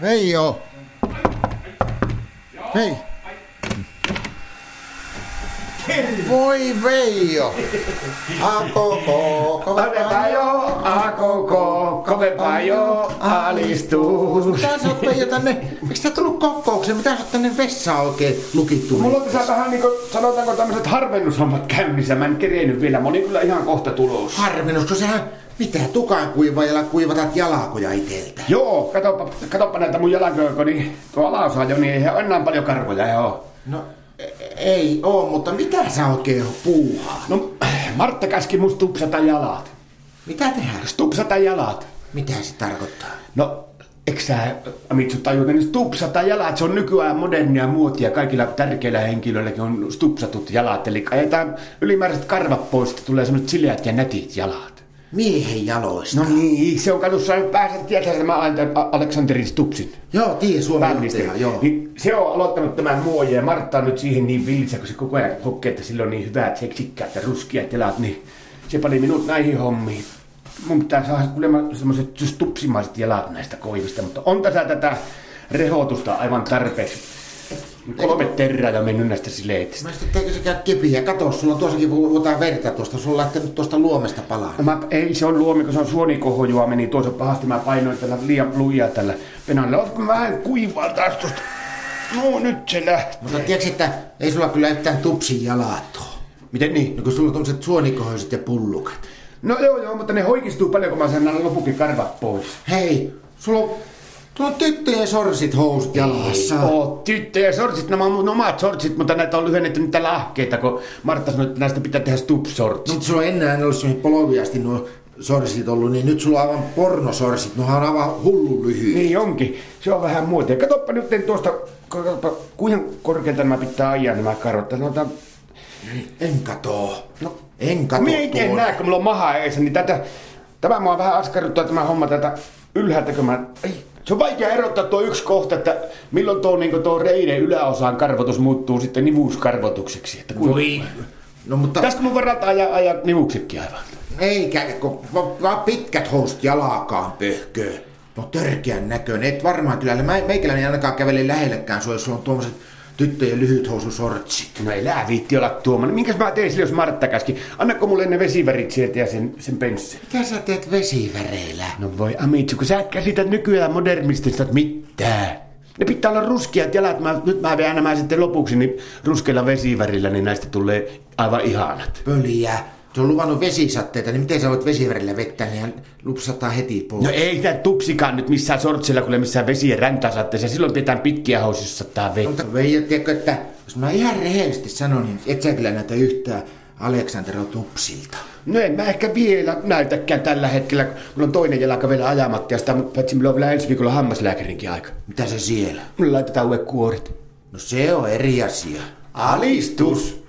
Veijo! Hei! Voi Veijo! Akoko, Kovempaa jo, AKK, kovempaa jo, alistuu. Tää sä oot Veijo tänne, miksi sä tullut kokoukseen? Mitä sä oot tänne vessaan oikein lukittu? Mulla on tässä vähän niinku, sanotaanko tämmöiset harvennushommat käynnissä, mä en kerennyt vielä, moni kyllä ihan kohta tulos. Harvennus, kun sehän mitä tukaan kuivajalla kuivatat jalakoja iteltä. Joo, katoppa, katoppa näitä mun jalankoja, kun niin tuo alaosa jo, niin eihän ole enää paljon karvoja oo. No e- ei oo, mutta mitä sä oikein puuhaa? No, Martta käski musta tupsata jalat. Mitä tehdään? Tupsata jalat. Mitä se tarkoittaa? No, eikö sä, Amitsu, tajuta, niin tupsata jalat, se on nykyään modernia muotia. Kaikilla tärkeillä henkilöilläkin on tupsatut jalat, eli ajetaan ylimääräiset karvat pois, että tulee semmoiset sileät ja nätit jalat. Miehen jaloista. No niin, se on katsottu, sä pääset tietää tämä Aleksanterin Stupsin Joo, tie Suomen johtaja, pääministeri. joo. Niin se on aloittanut tämän muojen ja Martta on nyt siihen niin villissä, kun se koko ajan hokee, että sillä on niin hyvät seksikkäät ja ruskeat jalat, niin se pani minut näihin hommiin. Mun pitää saada kuulemma semmoiset tupsimaiset jalat näistä koivista, mutta on tässä tätä rehotusta aivan tarpeeksi. Kolme terää on mennyt näistä sileitistä. Mä sitten teikö sekä kipiä? Kato, sulla on tuossakin vuotaa verta tuosta. Sulla on lähtenyt tuosta luomesta palaa. No Mä, ei, se on luomi, kun se on suonikohojua, meni tuossa pahasti. Mä painoin tällä liian lujaa tällä penalla. Oletko vähän kuivaa taas tuosta? No nyt se lähti. Mutta tiedätkö, että ei sulla kyllä yhtään tupsin jalat oo. Miten niin? No kun sulla on tommoset suonikohoiset ja pullukat. No joo joo, mutta ne hoikistuu paljon, kun mä saan nämä lopukin karvat pois. Hei, sulla on, sulla on tyttöjen sorsit housut jalassa. Oo, tyttö ja sortsit, nämä on mun omat sortsit, mutta näitä on lyhennetty niitä lahkeita, kun Martta sanoi, että näistä pitää tehdä stupsortsit. Sitten sulla on enää en ollut semmoset polviasti nuo sorsit ollut, niin nyt sulla on aivan pornosorsit. Nohan on aivan hullu lyhyet. Niin onkin, se on vähän muotia. Katoppa nyt en tuosta, katoppa, kuinka korkealta nämä pitää ajaa nämä karvat. Sanotaan, En katoo. No, en katoo Minä en tiedä tuonne. näe, kun mulla on maha edessä, niin tätä, tämä mua vähän askarruttaa tämä homma tätä ylhäältä, kun mä, ei, se on vaikea erottaa tuo yksi kohta, että milloin tuo, niin tuo reiden yläosaan karvotus muuttuu sitten nivuuskarvotukseksi. Että kun, Voi. No mutta Tässä mun varalta ajaa, ajaa nivuksetkin aivan. Eikä, kun va- vaan pitkät housut jalakaan pöhköö. No törkeän näköinen. Et varmaan kyllä, mä, meikäläinen ei ainakaan kävele lähellekään sua, jos sulla on tuommoiset tyttöjen lyhyt housusortsit. No ei lää viitti olla tuommoinen. Minkäs mä tein sille, jos Martta käski? Annako mulle ne vesivärit sieltä ja sen, sen penssin? Mitä sä teet vesiväreillä? No voi Amitsu, kun sä et käsitä nykyään modernistista mitään. Ne pitää olla ruskeat jalat. Mä, nyt mä vedän nämä sitten lopuksi niin ruskeilla vesivärillä, niin näistä tulee aivan ihanat. Pöliä. Se on luvannut vesisatteita, niin miten sä voit vesivärillä vettä, niin hän lupsataan heti pois. No ei tää tupsikaan nyt missään sortsilla, kun missään vesien räntäsatteessa. Silloin pidetään pitkiä housussa tää vei. Mutta Veijo, tiedätkö, että jos mä ihan rehellisesti sanon, niin et sä kyllä näitä yhtään Aleksandro Tupsilta. No en mä ehkä vielä näytäkään tällä hetkellä. kun Mulla on toinen jalka vielä ajamatta ja sitä paitsi mulla on vielä ensi viikolla hammaslääkärinkin aika. Mitä se siellä? Mulle laitetaan uudet kuoret. No se on eri asia. Alistus!